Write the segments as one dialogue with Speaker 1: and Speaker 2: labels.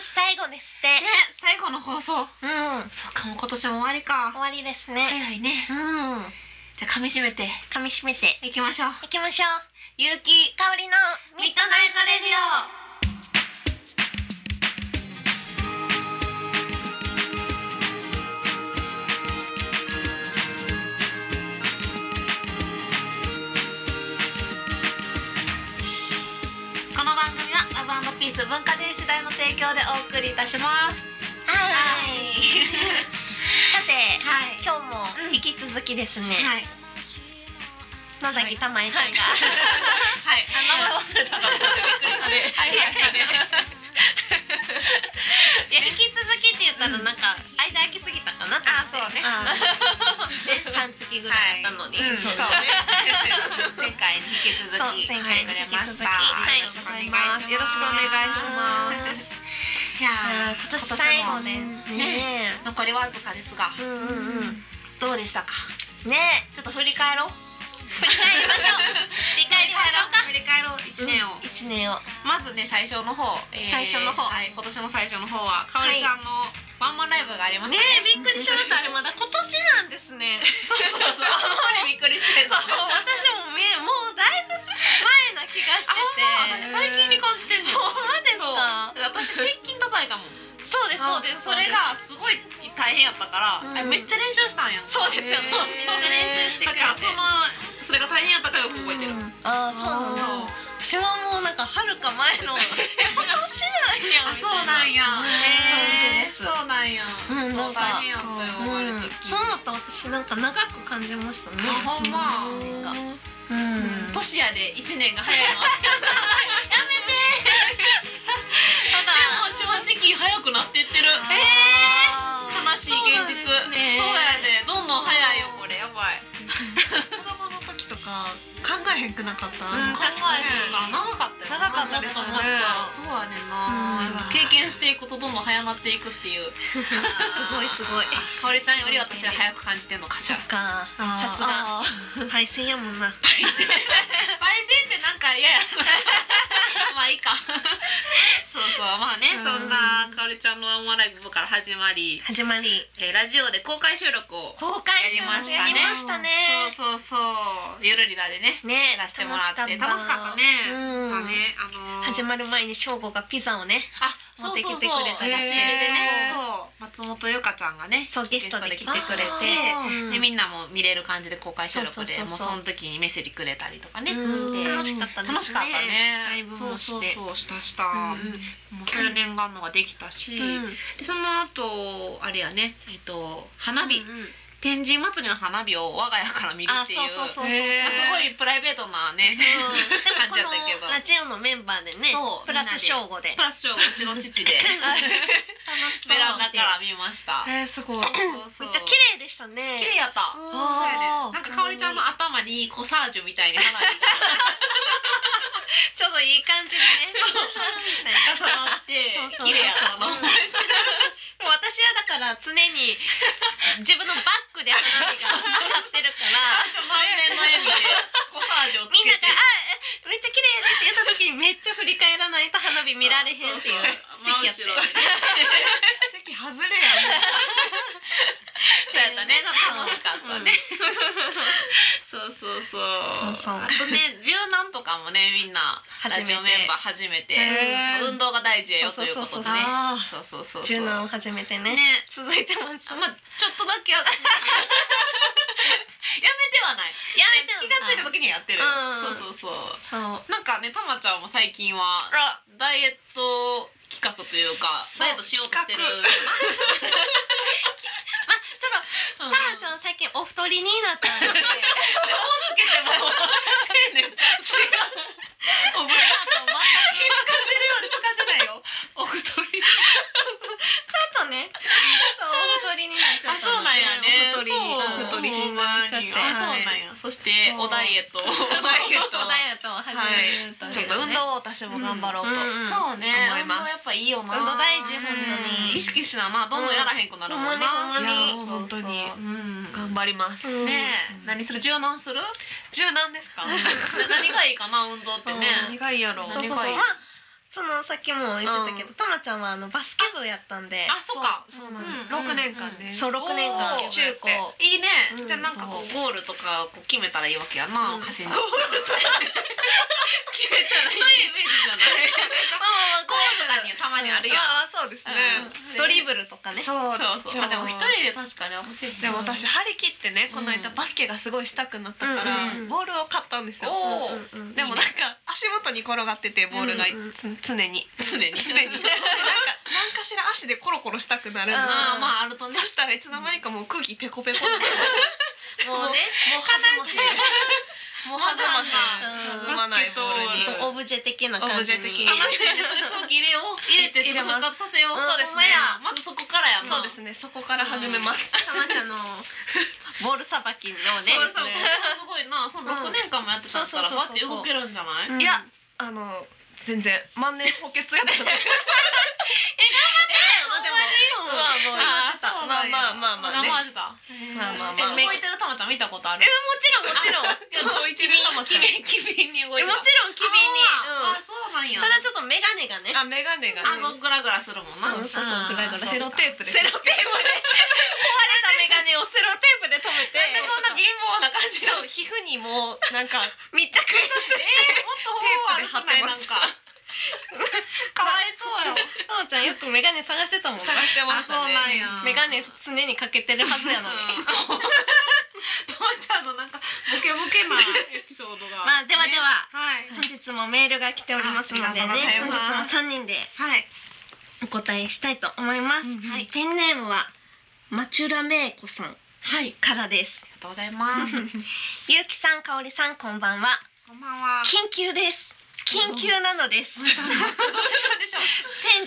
Speaker 1: 最後ですって、
Speaker 2: ね最後の放送
Speaker 1: うん
Speaker 2: そうかも今年も終わりか
Speaker 1: 終わりですね、
Speaker 2: 早いね
Speaker 1: うん
Speaker 2: じゃあ噛み締めて
Speaker 1: 噛み締めて
Speaker 2: いきましょう
Speaker 1: いきましょう
Speaker 2: ゆうき
Speaker 1: 香りの
Speaker 2: ミッドナイトレディオこの番組はラブピース文化電子代の提供でお送りいたします
Speaker 1: は
Speaker 2: はいい
Speaker 1: さて
Speaker 2: はい
Speaker 1: 今日も引き続きですね、
Speaker 2: はい
Speaker 1: 野崎玉恵ちゃんが、
Speaker 2: はいあ名前忘れたからびっくりしたねはいは
Speaker 1: い
Speaker 2: い
Speaker 1: や引き続きって言ったらなんか間空きすぎたかなと思って
Speaker 2: あ
Speaker 1: ね半月ぐらいだったのに、
Speaker 2: うんそうね前回に引き続
Speaker 1: そう
Speaker 2: き
Speaker 1: 前回に引き続き
Speaker 2: はい
Speaker 1: はい
Speaker 2: よろしくお願いしま
Speaker 1: よろしくお願い
Speaker 2: す
Speaker 1: し
Speaker 2: いやー
Speaker 1: 今年最後で
Speaker 2: 今
Speaker 1: す
Speaker 2: 年もね
Speaker 1: ね
Speaker 2: 残りわずかですが
Speaker 1: うんうんうん
Speaker 2: どうでしたか
Speaker 1: ね
Speaker 2: ちょっと振り返ろう
Speaker 1: 振り返りましょう振り返りましょうか
Speaker 2: 振り返ろう一年を
Speaker 1: 一年を
Speaker 2: まずね最初の方えー
Speaker 1: 最初の方
Speaker 2: はい今年の最初の方はかおりちゃんのワンマンライブがありました
Speaker 1: ね
Speaker 2: ね
Speaker 1: びっくりしましたあれまだ今年なんですね
Speaker 2: そうそうそうあんまりびっくりして る
Speaker 1: そう私もめもうだいぶ前な気がしてて
Speaker 2: 私最近に感じてんの
Speaker 1: ほんまですか
Speaker 2: そう私転勤叩いたもん
Speaker 1: そうです そうです
Speaker 2: それがすごい大変やったから、
Speaker 1: うん
Speaker 2: あめっちゃ練習したんやん
Speaker 1: そうですよ
Speaker 2: めっ
Speaker 1: ね
Speaker 2: ちゃ練習してくれて
Speaker 1: だから
Speaker 2: そのそれが大変やったからよく覚えてる、
Speaker 1: うんあーそうなんだ
Speaker 2: そう
Speaker 1: 私はもうなんかはるか前 のえ今年なんや
Speaker 2: あ
Speaker 1: み
Speaker 2: そう
Speaker 1: たい
Speaker 2: なんや
Speaker 1: へー
Speaker 2: えーそうなんや
Speaker 1: うんなんか
Speaker 2: 大変やったよ
Speaker 1: う
Speaker 2: あれ
Speaker 1: ん
Speaker 2: の、時
Speaker 1: そう思ったら私なんか長く感じましたね。
Speaker 2: あほんま
Speaker 1: 一年が。う
Speaker 2: うん
Speaker 1: ん。
Speaker 2: 年やで一年が早いの
Speaker 1: ただ
Speaker 2: でも正直早くなってってる
Speaker 1: え
Speaker 2: 悲しい現
Speaker 1: そう
Speaker 2: 実
Speaker 1: なんですね
Speaker 2: やでどんどん早いよこれやばい
Speaker 1: ー、子供の時とか考えへんくなかった。
Speaker 2: うん、
Speaker 1: 考え
Speaker 2: 確かに
Speaker 1: へんからな。
Speaker 2: 長かったよ
Speaker 1: 長かったですね
Speaker 2: 長かったそうやねん
Speaker 1: う
Speaker 2: な、
Speaker 1: ん
Speaker 2: 経験していくとどんどん早まっていくっていうす
Speaker 1: ごいすごい
Speaker 2: かおりちゃんより私は早く感じてんのかし
Speaker 1: そ
Speaker 2: ら
Speaker 1: っか。
Speaker 2: あー
Speaker 1: さすが。配線やもんな。
Speaker 2: 焙煎ってなんか嫌やまあいいかそうそうまあね、
Speaker 1: うん
Speaker 2: そんなかおりちゃんのワンマンライブから始まり、
Speaker 1: 始まり。
Speaker 2: えーラジオで公開収録を
Speaker 1: 公開収録や
Speaker 2: や
Speaker 1: り
Speaker 2: り
Speaker 1: ま
Speaker 2: ま
Speaker 1: し
Speaker 2: したた
Speaker 1: ね。
Speaker 2: そうそうそうゆるりらでね
Speaker 1: ね、
Speaker 2: やらせてもらって楽しかったね
Speaker 1: うん
Speaker 2: まあねあのー
Speaker 1: 始まる前に翔吾がピザをね、
Speaker 2: あ、
Speaker 1: 持
Speaker 2: 持
Speaker 1: っ
Speaker 2: ってて
Speaker 1: き
Speaker 2: き
Speaker 1: て
Speaker 2: て
Speaker 1: く
Speaker 2: く
Speaker 1: れた
Speaker 2: れた
Speaker 1: ら
Speaker 2: ら
Speaker 1: し
Speaker 2: し
Speaker 1: い
Speaker 2: い
Speaker 1: です
Speaker 2: で
Speaker 1: ね
Speaker 2: ね。そう、松本ゆかちゃんがね、
Speaker 1: そうゲストで来てくれて、
Speaker 2: あ
Speaker 1: うん
Speaker 2: でみんなも見れる感じで公開収録で、
Speaker 1: そうそうそうそう
Speaker 2: もうその時にメッセージくれたりとかね、
Speaker 1: うん
Speaker 2: して。
Speaker 1: 楽しかったですね。
Speaker 2: 楽しかったね。
Speaker 1: ライブもして
Speaker 2: そうそうそうしたした。
Speaker 1: うん
Speaker 2: もうそれ念願のができたし、
Speaker 1: うん
Speaker 2: でその後あれやね、えっと花火、
Speaker 1: うんうん
Speaker 2: 天神祭りの花火を我が家から見るっていう。
Speaker 1: あそうそうそうそう
Speaker 2: へーすごいプライベートなね。感じ
Speaker 1: で
Speaker 2: や
Speaker 1: も
Speaker 2: っ
Speaker 1: こ
Speaker 2: たけど
Speaker 1: のラジオのメンバーでね
Speaker 2: そう
Speaker 1: プラス正午で
Speaker 2: プラス賞うちの父で
Speaker 1: 楽しそう
Speaker 2: ベランダから見ました。
Speaker 3: えー、すご
Speaker 2: め
Speaker 3: い。
Speaker 1: めっちゃ綺麗でしたね
Speaker 2: 綺麗やった。
Speaker 1: うん
Speaker 2: なんかかおりちゃんの頭にコサージュみたいに花火が
Speaker 1: ちょうどいい感じでね
Speaker 2: 重なって
Speaker 1: そうそうそう
Speaker 2: 綺麗やっ
Speaker 1: う
Speaker 2: たの
Speaker 1: ん。私はだから常に自分のバッグで花火が光ってるから
Speaker 2: 満面の笑みでコサージュをつ
Speaker 1: みん
Speaker 2: け
Speaker 1: な
Speaker 2: て
Speaker 1: が「あめっちゃ綺麗です」って言った時にめっちゃ振り返らないと花火見られへんっていう席やった
Speaker 2: そうそうそう真後ろでね
Speaker 3: 席外れや
Speaker 2: そうやったね。楽しかったね。そうそうそう。
Speaker 1: そうそう
Speaker 2: あとね柔軟とかもねみんなラジオメンバー初めて
Speaker 3: へー
Speaker 2: 運動が大事やよということ
Speaker 1: そうそうそう
Speaker 2: で
Speaker 1: そう
Speaker 2: ね。
Speaker 3: あ
Speaker 2: そうそうそうそう。
Speaker 1: 柔軟を始めてね
Speaker 2: ね。
Speaker 1: 続いてます
Speaker 2: あまあちょっとだけやや めてはない。
Speaker 1: やめて
Speaker 2: 気がついた時にやってる。
Speaker 1: うん
Speaker 2: そうそうそう。
Speaker 1: そう
Speaker 2: なんかねたまちゃんも最近は
Speaker 1: あ
Speaker 2: ダイエット企画というか
Speaker 1: そう
Speaker 2: ダイエットしようとしてる。
Speaker 1: 企ちょっと
Speaker 2: うん
Speaker 1: ターちゃん最近お太りになったので
Speaker 2: つけても丁寧じゃん違う。お前気使ってるようで使ってないよ。お太り。
Speaker 1: ちょっとねちょっとお太りになっちゃったのでお太
Speaker 2: お太
Speaker 1: り
Speaker 2: り
Speaker 1: に
Speaker 2: お
Speaker 1: お太
Speaker 2: 太
Speaker 1: り
Speaker 2: り
Speaker 1: に
Speaker 2: に
Speaker 1: な
Speaker 2: な
Speaker 1: っ
Speaker 2: っ
Speaker 1: ち
Speaker 2: ち
Speaker 1: ゃ
Speaker 2: ゃ
Speaker 1: っ
Speaker 2: ってて。や。そして
Speaker 1: そう
Speaker 2: おダイエット。お
Speaker 1: ダイエット
Speaker 2: を
Speaker 1: を始めるというね
Speaker 2: ちょっと運動を私も頑張ろうと、
Speaker 1: うんうんうん
Speaker 2: そうね
Speaker 1: 思います
Speaker 2: 運動やっぱいいよな
Speaker 1: 運動大事本当に
Speaker 2: うん意識しななどんどんやらへんくなるもん
Speaker 1: う
Speaker 2: な、
Speaker 1: ん
Speaker 2: いやもう
Speaker 3: ほん
Speaker 2: 本
Speaker 3: ま
Speaker 2: 当
Speaker 3: に
Speaker 2: に、うん、
Speaker 3: 頑張ります。
Speaker 1: うん
Speaker 2: ねえ何する柔軟する
Speaker 3: 柔軟ですか？
Speaker 2: 何がいいかな運動ってね
Speaker 3: 何がいいやろう。
Speaker 1: そうそうそう
Speaker 2: 何がいい
Speaker 1: まあそのさっきも言ってたけど、
Speaker 2: う
Speaker 1: たまちゃんはあのバスケ部やったんで
Speaker 2: あそっか
Speaker 3: そうなん
Speaker 2: うん
Speaker 3: だ。六年間ね。
Speaker 1: そう6年間
Speaker 2: おー
Speaker 1: 中高
Speaker 2: いいね、
Speaker 1: うん
Speaker 2: じゃあなんかこ
Speaker 3: そう
Speaker 2: うゴールとかこう決めたらいいわけやな、
Speaker 1: うん
Speaker 2: 河川に
Speaker 1: ゴ
Speaker 2: 決めたらいいそういうイメージじゃない
Speaker 1: あ
Speaker 2: ゴールとかにたまにあるやん、
Speaker 3: あーそうですね。
Speaker 1: うんドリブルとかね
Speaker 3: そう
Speaker 2: そうそうあでも一人で確かにあんませえへんな
Speaker 3: でも私張り切ってね
Speaker 2: うん
Speaker 3: この間バスケがすごいしたくなったから、
Speaker 1: うんうんうん
Speaker 3: ボールを買ったんですよ、
Speaker 2: おー
Speaker 1: うんうんうん
Speaker 3: でもなんか足元に転がっててボールがい
Speaker 1: うんうん
Speaker 3: つ、常に
Speaker 2: 常に
Speaker 3: 常になんか何かしら足でコロコロしたくなるんですよ
Speaker 2: まあまああるとね
Speaker 3: そしたらいつの間にかもう空気ペコペコになって
Speaker 1: もうねもう
Speaker 3: 悲
Speaker 1: 弾
Speaker 3: しい
Speaker 1: ま
Speaker 3: もう弾 まへん
Speaker 1: うん
Speaker 3: 弾まないボールに
Speaker 1: せんちょっとオブジェ的な
Speaker 3: オ
Speaker 1: 感
Speaker 3: ブ
Speaker 1: じ
Speaker 3: ジ
Speaker 1: に
Speaker 3: ェ的に
Speaker 2: 楽しいねそれ空気入れよう入れてちょっと復活させよう
Speaker 1: 入れます
Speaker 2: そうですねまずそこからやな
Speaker 3: そうですねそこから始めます、
Speaker 1: たまちゃんのボールさばきのね
Speaker 2: そうそうすごいなその
Speaker 1: うん
Speaker 2: 6年間もやってた
Speaker 1: そ
Speaker 2: か
Speaker 1: う
Speaker 2: ら
Speaker 1: そうそう
Speaker 2: バ
Speaker 1: そ
Speaker 2: ッ
Speaker 1: う
Speaker 2: て動けるんじゃない、
Speaker 1: うん
Speaker 3: いやあの全然万年補欠やったので
Speaker 1: だよなでも
Speaker 2: ほんまにいいよ
Speaker 3: まあ
Speaker 1: あそうなんや
Speaker 3: まあまあまあまあ
Speaker 2: 生
Speaker 3: ね
Speaker 2: 味だ
Speaker 3: まあまあまあ
Speaker 2: え動いてるたまちゃん見たことある
Speaker 1: もちろんもちろん
Speaker 2: 動いてるたまちゃん機敏に動
Speaker 1: えもちろん君に
Speaker 2: あーあ
Speaker 1: うん
Speaker 2: そうなんや
Speaker 1: ただちょっと眼鏡がね
Speaker 3: あ眼鏡がね
Speaker 2: あのグラグラするもんな
Speaker 1: そうそうそう
Speaker 2: うん
Speaker 1: グラグラ
Speaker 3: セロテープで
Speaker 1: セロテープで壊れた眼鏡をセロテープで留めて
Speaker 2: なんでそんな貧乏な感じな
Speaker 3: そ
Speaker 2: の
Speaker 3: う皮膚にもうなんか
Speaker 1: 密着
Speaker 2: えーもっと方法あるくない
Speaker 3: テープで貼ってま
Speaker 2: なん
Speaker 3: した
Speaker 2: かかわい そうよ
Speaker 1: たまちゃんよく眼鏡探してたもん
Speaker 3: 探してました
Speaker 2: あそう
Speaker 3: ね
Speaker 2: なんや
Speaker 1: 眼鏡常にかけてるはずやのに
Speaker 2: うんともちゃんのなんかボケボケなエピソードが
Speaker 1: まあではでは
Speaker 2: ねはい
Speaker 1: 本日もメールが来ておりますので
Speaker 2: ああ
Speaker 1: ね
Speaker 2: り
Speaker 1: 本
Speaker 2: がとうございます
Speaker 1: 日も3人で
Speaker 2: はい
Speaker 1: お答えしたいと思います、
Speaker 3: うんはい
Speaker 1: ペンネームはマチュラメイコさん
Speaker 2: はい
Speaker 1: からです
Speaker 2: ありがとうございます
Speaker 1: ゆうきさんかおりさんこんばんは
Speaker 2: こんばんは
Speaker 1: 緊急です緊急なのです
Speaker 2: どうしたんでしょう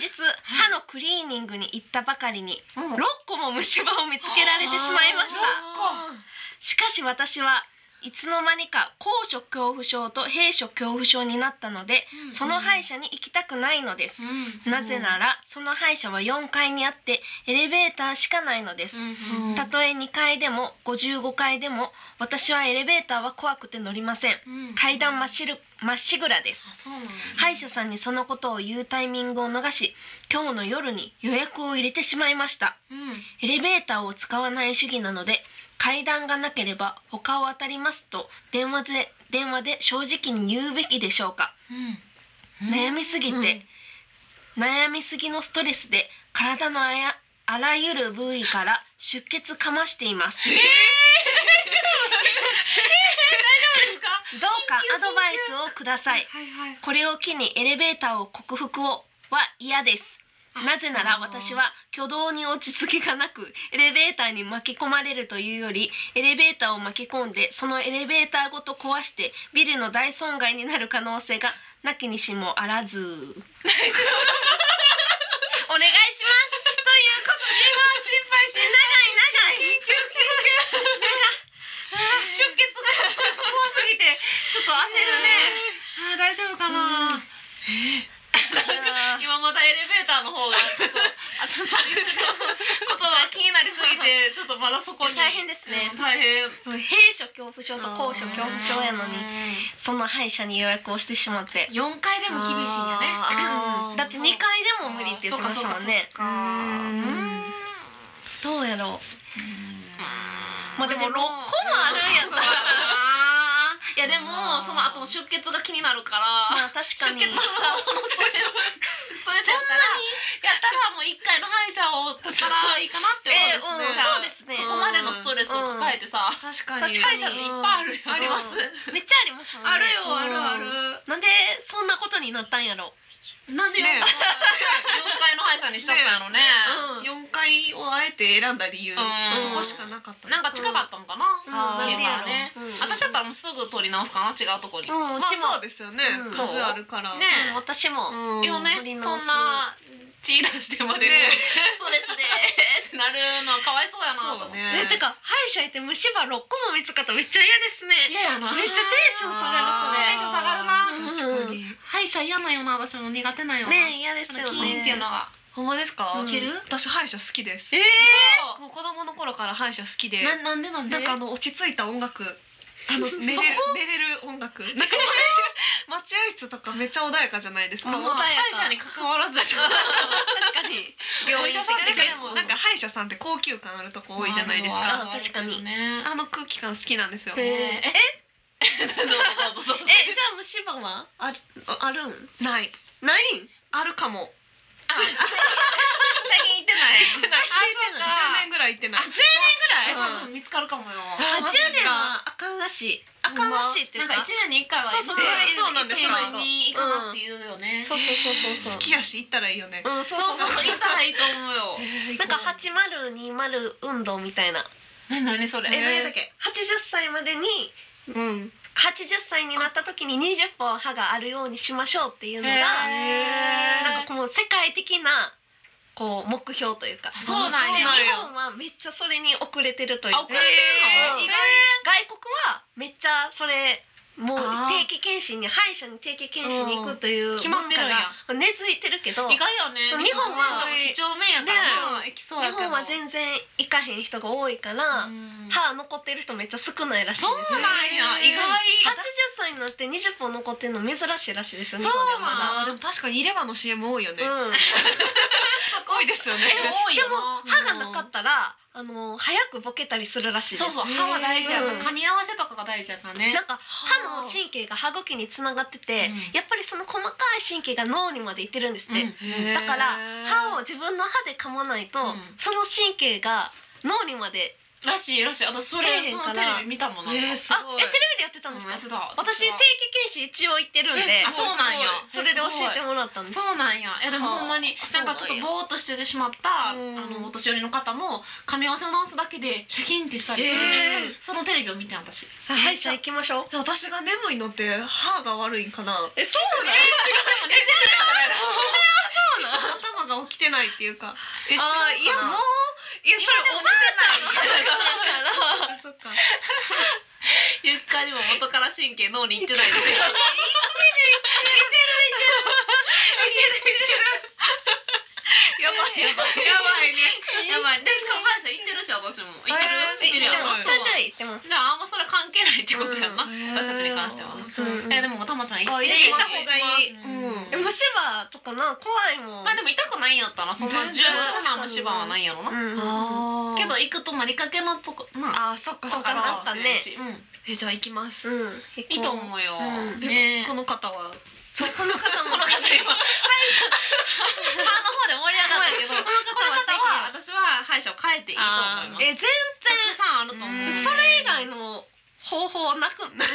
Speaker 1: 先日歯のクリーニングに行ったばかりに
Speaker 2: も
Speaker 1: 6個も虫歯を見つけられてしまいました
Speaker 2: あ
Speaker 1: しかし私はいつの間にか高所恐怖症と閉所恐怖症になったのでその歯医者に行きたくないのです
Speaker 2: うん
Speaker 1: なぜならその歯医者は4階にあってエレベーターしかないのです
Speaker 2: うん
Speaker 1: たとえ2階でも55階でも私はエレベーターは怖くて乗りません
Speaker 2: うん
Speaker 1: 階段まっしるまっしぐらです
Speaker 2: あそうなんや
Speaker 1: 歯医者さんにそのことを言うタイミングを逃し今日の夜に予約を入れてしまいました
Speaker 2: うん
Speaker 1: エレベーターを使わない主義なので階段がなければ他を当たりますと電話で電話で正直に言うべきでしょうか
Speaker 2: うん
Speaker 1: 悩みすぎて、悩みすぎのストレスで体のあやあらゆる部位から出血かましています
Speaker 2: えー大丈夫です
Speaker 1: ど
Speaker 2: か
Speaker 1: うかアドバイスをください
Speaker 2: はいはい
Speaker 1: これを機にエレベーターを克服をは嫌ですなぜなら私は挙動に落ち着きがなくエレベーターに巻き込まれるというよりエレベーターを巻き込んでそのエレベーターごと壊してビルの大損害になる可能性がなきにしもあらずお願いしますというこ とで
Speaker 2: あー心配 し
Speaker 1: 長い
Speaker 2: ない
Speaker 1: 長い
Speaker 2: 緊急緊急 出血が怖すぎてちょっと焦るねあー大丈夫かな 今またエレベーターの方がちょっとあとさっきのことが気になりすぎ てちょっとまだそこに
Speaker 1: 大変ですね
Speaker 2: うん大変
Speaker 1: もう弊所恐怖症と高所恐怖症やのに
Speaker 2: に
Speaker 1: その歯医者に予約をしてしま って
Speaker 2: 4回でも厳しいんやね
Speaker 3: あー
Speaker 1: だって2回でも無理って言ってましたもんね
Speaker 2: そうかそううかそうか
Speaker 3: ん
Speaker 1: どうやろうまあでも
Speaker 2: まあで
Speaker 1: 6
Speaker 2: も
Speaker 1: 個もあるんや
Speaker 2: そう
Speaker 1: った
Speaker 2: だな
Speaker 1: ら
Speaker 2: いやでもその後の出血が気になるか
Speaker 1: ま
Speaker 2: ら
Speaker 1: あ確かに
Speaker 2: 出血のそのストレスストレスやったらやったらもう一回の歯医者を取ったらいいかなって
Speaker 1: え
Speaker 2: 思
Speaker 1: ー
Speaker 2: うん
Speaker 1: うん
Speaker 2: ですね、
Speaker 1: そうですね
Speaker 2: そこまでのストレスを抱えてさ、
Speaker 3: 確か
Speaker 1: 確
Speaker 3: に
Speaker 1: か
Speaker 2: 歯
Speaker 1: に
Speaker 2: 医者っていっぱいあるよ
Speaker 3: あります
Speaker 1: めっちゃありますもんね
Speaker 2: あるよある
Speaker 1: う
Speaker 2: あ
Speaker 1: ん
Speaker 2: る
Speaker 1: なんでそんなことになったんやろ
Speaker 2: なんで4回
Speaker 3: ね
Speaker 2: 四回の歯医者にしちゃったのね
Speaker 1: うん
Speaker 3: 4回をあえて選んだ理由、
Speaker 2: うん
Speaker 3: そこしかなかった
Speaker 2: なんか近かったのかな、
Speaker 1: うん
Speaker 3: あ
Speaker 1: な
Speaker 3: ー
Speaker 1: んでやろう
Speaker 2: ね
Speaker 1: うん
Speaker 2: 私だったらもうすぐ取り直すかな違うとこに、
Speaker 1: うんう
Speaker 3: まあ
Speaker 1: ちも
Speaker 3: そうですよね、
Speaker 1: うん
Speaker 3: 数あるから
Speaker 2: ね
Speaker 1: うん私も
Speaker 3: うん
Speaker 2: いやね
Speaker 1: 取り
Speaker 2: そん
Speaker 1: 直す
Speaker 2: な血出してまでの
Speaker 3: ね
Speaker 2: ストレスで ってなるのはかわいそうやなと思って
Speaker 3: そうね
Speaker 1: えてか歯医者行って虫歯6個も見つかったらめっちゃ嫌ですね
Speaker 2: 嫌やな
Speaker 1: めっちゃテンション下が
Speaker 2: テ
Speaker 1: る
Speaker 2: ンシ
Speaker 1: そ
Speaker 2: ョン
Speaker 1: れ
Speaker 2: 下がるな
Speaker 3: 確かに、
Speaker 2: 歯医者嫌なんよな私も苦手なんよな
Speaker 1: ねえ嫌です
Speaker 2: あ
Speaker 1: よ
Speaker 2: の
Speaker 1: ね
Speaker 2: キーンっていうのが
Speaker 3: ほんまですか、
Speaker 1: うん
Speaker 2: いける
Speaker 3: 私歯医者好きです
Speaker 1: え
Speaker 2: そ
Speaker 3: 僕子供の頃から歯医者好きで
Speaker 2: うななんでなんで
Speaker 3: なんかあの落ち着いた音楽あの寝れる
Speaker 1: そこ
Speaker 3: 寝れる音楽なんか毎週待合室とかめっちゃ穏やかじゃないですか。
Speaker 2: まあ
Speaker 3: まあ
Speaker 2: 穏やか
Speaker 3: 歯医者に関わらず。
Speaker 1: 確かに
Speaker 2: 病院って
Speaker 3: なんか
Speaker 2: 結
Speaker 3: でもなんか歯医者さんって高級感あるとこ多いじゃないです
Speaker 1: まあ
Speaker 3: か。
Speaker 1: あ確かに
Speaker 2: ね
Speaker 3: あの空気感好きなんですよ。
Speaker 1: へえ
Speaker 2: え どうぞどうぞどうぞ
Speaker 1: えじゃあ虫歯はああるん
Speaker 3: ない。
Speaker 1: ないん
Speaker 3: あるかも。
Speaker 2: あ最近行ってない行ってない
Speaker 3: 十年ぐらい行ってない。
Speaker 2: 10年ぐらい、
Speaker 3: う
Speaker 2: 見つかるかもよ
Speaker 1: あ
Speaker 3: マ
Speaker 1: 10
Speaker 3: ジですか
Speaker 1: 年はあかんらしいあかんらしいってい
Speaker 2: な
Speaker 1: うん
Speaker 2: か
Speaker 1: か
Speaker 2: 1年に1回は
Speaker 3: そうそうそう
Speaker 2: 行って
Speaker 3: そうなんですよ
Speaker 2: 定時に行かなって言うよね、
Speaker 1: そうそうそうそうそう
Speaker 3: 好きやし行ったらいいよね。
Speaker 1: うんそ
Speaker 2: そ
Speaker 1: ううそ
Speaker 2: そ
Speaker 1: うう
Speaker 2: そ
Speaker 1: そ
Speaker 2: う
Speaker 1: う
Speaker 2: 行ったらいいと思うよ
Speaker 1: なんか8020運動みたいな
Speaker 2: 何何それ
Speaker 1: え何だっけ80歳までに
Speaker 3: うん。
Speaker 1: 80歳になった時に20本歯があるようにしましょうっていうのが
Speaker 2: へー
Speaker 1: なんかこの世界的なこう目標というか
Speaker 2: そうなんや
Speaker 1: で
Speaker 3: そうなん
Speaker 1: 日
Speaker 3: や
Speaker 1: 本はめっちゃそれに遅れてるという
Speaker 2: あ
Speaker 1: か
Speaker 2: 遅
Speaker 1: 外
Speaker 2: れて
Speaker 1: るの
Speaker 2: るの、
Speaker 1: 意外国はめっちゃそれもう
Speaker 2: あー
Speaker 1: 定期検診に歯医者に定期検診に行くという
Speaker 2: 決まってるんや
Speaker 1: 文化が根付いてるけど
Speaker 2: 意外よね
Speaker 1: そう
Speaker 2: 日本は
Speaker 3: 日本人は
Speaker 2: 几帳面やからね行きそう
Speaker 1: 日
Speaker 2: やけど
Speaker 1: 本は全然行かへん人が多いから、
Speaker 2: うん
Speaker 1: 歯残ってる人めっちゃ少ないらしいで
Speaker 2: そ
Speaker 1: す
Speaker 2: うなんや意外
Speaker 1: 80歳になって20本残ってるの珍しいらしいですよ日本で
Speaker 2: そ
Speaker 1: は
Speaker 2: う
Speaker 1: まだ
Speaker 2: なん
Speaker 3: あーでも確かにイレバの CM 多いよね。
Speaker 1: うん、
Speaker 3: 多いですよね。
Speaker 2: 多いよな
Speaker 1: 歯がなかったらあの早くボケたりするらしいです
Speaker 2: そうそう歯は大事や
Speaker 1: うん
Speaker 2: な噛み合わせとかが大事やからね
Speaker 1: なんか歯の神経が歯茎につながってて、
Speaker 2: うん
Speaker 1: やっぱりその細かい神経が脳にまでいってるんですって、
Speaker 2: うん
Speaker 1: だから歯を自分の歯で噛まないと、
Speaker 2: うん
Speaker 1: その神経が脳にまで
Speaker 2: らしいらしい私それ
Speaker 1: せえへん
Speaker 2: そ
Speaker 1: か
Speaker 2: の
Speaker 1: ら
Speaker 2: テレビ見たもんな
Speaker 3: え
Speaker 2: んか
Speaker 3: ーす
Speaker 1: あ
Speaker 3: ご
Speaker 1: えテ
Speaker 3: い
Speaker 1: レビでやってたんです
Speaker 2: うん
Speaker 1: か、
Speaker 2: やってた
Speaker 1: 私定期検診一応行ってるんで
Speaker 2: えあそうなんや
Speaker 1: それで教えてもらったんです
Speaker 2: そうなんやいやでも
Speaker 1: はあ
Speaker 2: ほんまになんかちょっとぼーっとしててしまったあ
Speaker 1: うん
Speaker 2: のお年寄りの方も噛み合わせを直すだけでシャキンってしたりする
Speaker 3: え
Speaker 2: ねそのテレビを見てん私
Speaker 1: あ歯医者行きましょう
Speaker 3: ー私が眠いのって歯が悪いんかな。
Speaker 1: えそうなん
Speaker 3: 頭が起きてないっていうか。え、違う
Speaker 1: あーいやもう
Speaker 3: いやそれおばあちゃん。
Speaker 1: だ
Speaker 3: そっか。
Speaker 2: ゆっかりも元から神経脳に行ってないですよ
Speaker 3: やばいやばいやばいね。
Speaker 2: やばいでしかも歯医者行ってるし私も行ってる行って
Speaker 3: えー
Speaker 2: るや
Speaker 1: で
Speaker 2: ろ
Speaker 1: も
Speaker 3: 行っ
Speaker 1: ちょ
Speaker 3: てる
Speaker 1: いちょい行ってます
Speaker 2: じゃああんまそれ関係ないってことやんな、
Speaker 1: う
Speaker 2: 私たちに関しては、
Speaker 3: そう
Speaker 1: うん
Speaker 2: えでもたまちゃん行
Speaker 1: あ
Speaker 2: って
Speaker 1: 行き
Speaker 3: え行
Speaker 1: ま
Speaker 3: っ
Speaker 1: す
Speaker 2: うん
Speaker 3: た方がいい。うん
Speaker 1: え虫歯とかな怖いもん
Speaker 2: まあでも痛くないんやったらそんな重症な虫歯はないんやろな、
Speaker 1: うん
Speaker 3: あ
Speaker 2: けど行くとなりかけのとこまあ
Speaker 3: あーそっかそっ
Speaker 1: わ
Speaker 3: か
Speaker 1: か。ったね
Speaker 2: うん、
Speaker 3: えじゃあ行きます。
Speaker 1: うん
Speaker 2: いいと思うよ、
Speaker 1: うん
Speaker 2: ねえ
Speaker 3: この方は。
Speaker 1: そうこの方
Speaker 2: こ
Speaker 1: も
Speaker 2: の方今歯医者歯の方で盛り上がったけどこの方は私は歯医者を変えていいと思います
Speaker 1: え全然
Speaker 2: たくさんあると思う、
Speaker 3: うん
Speaker 1: それ以外の方法なくな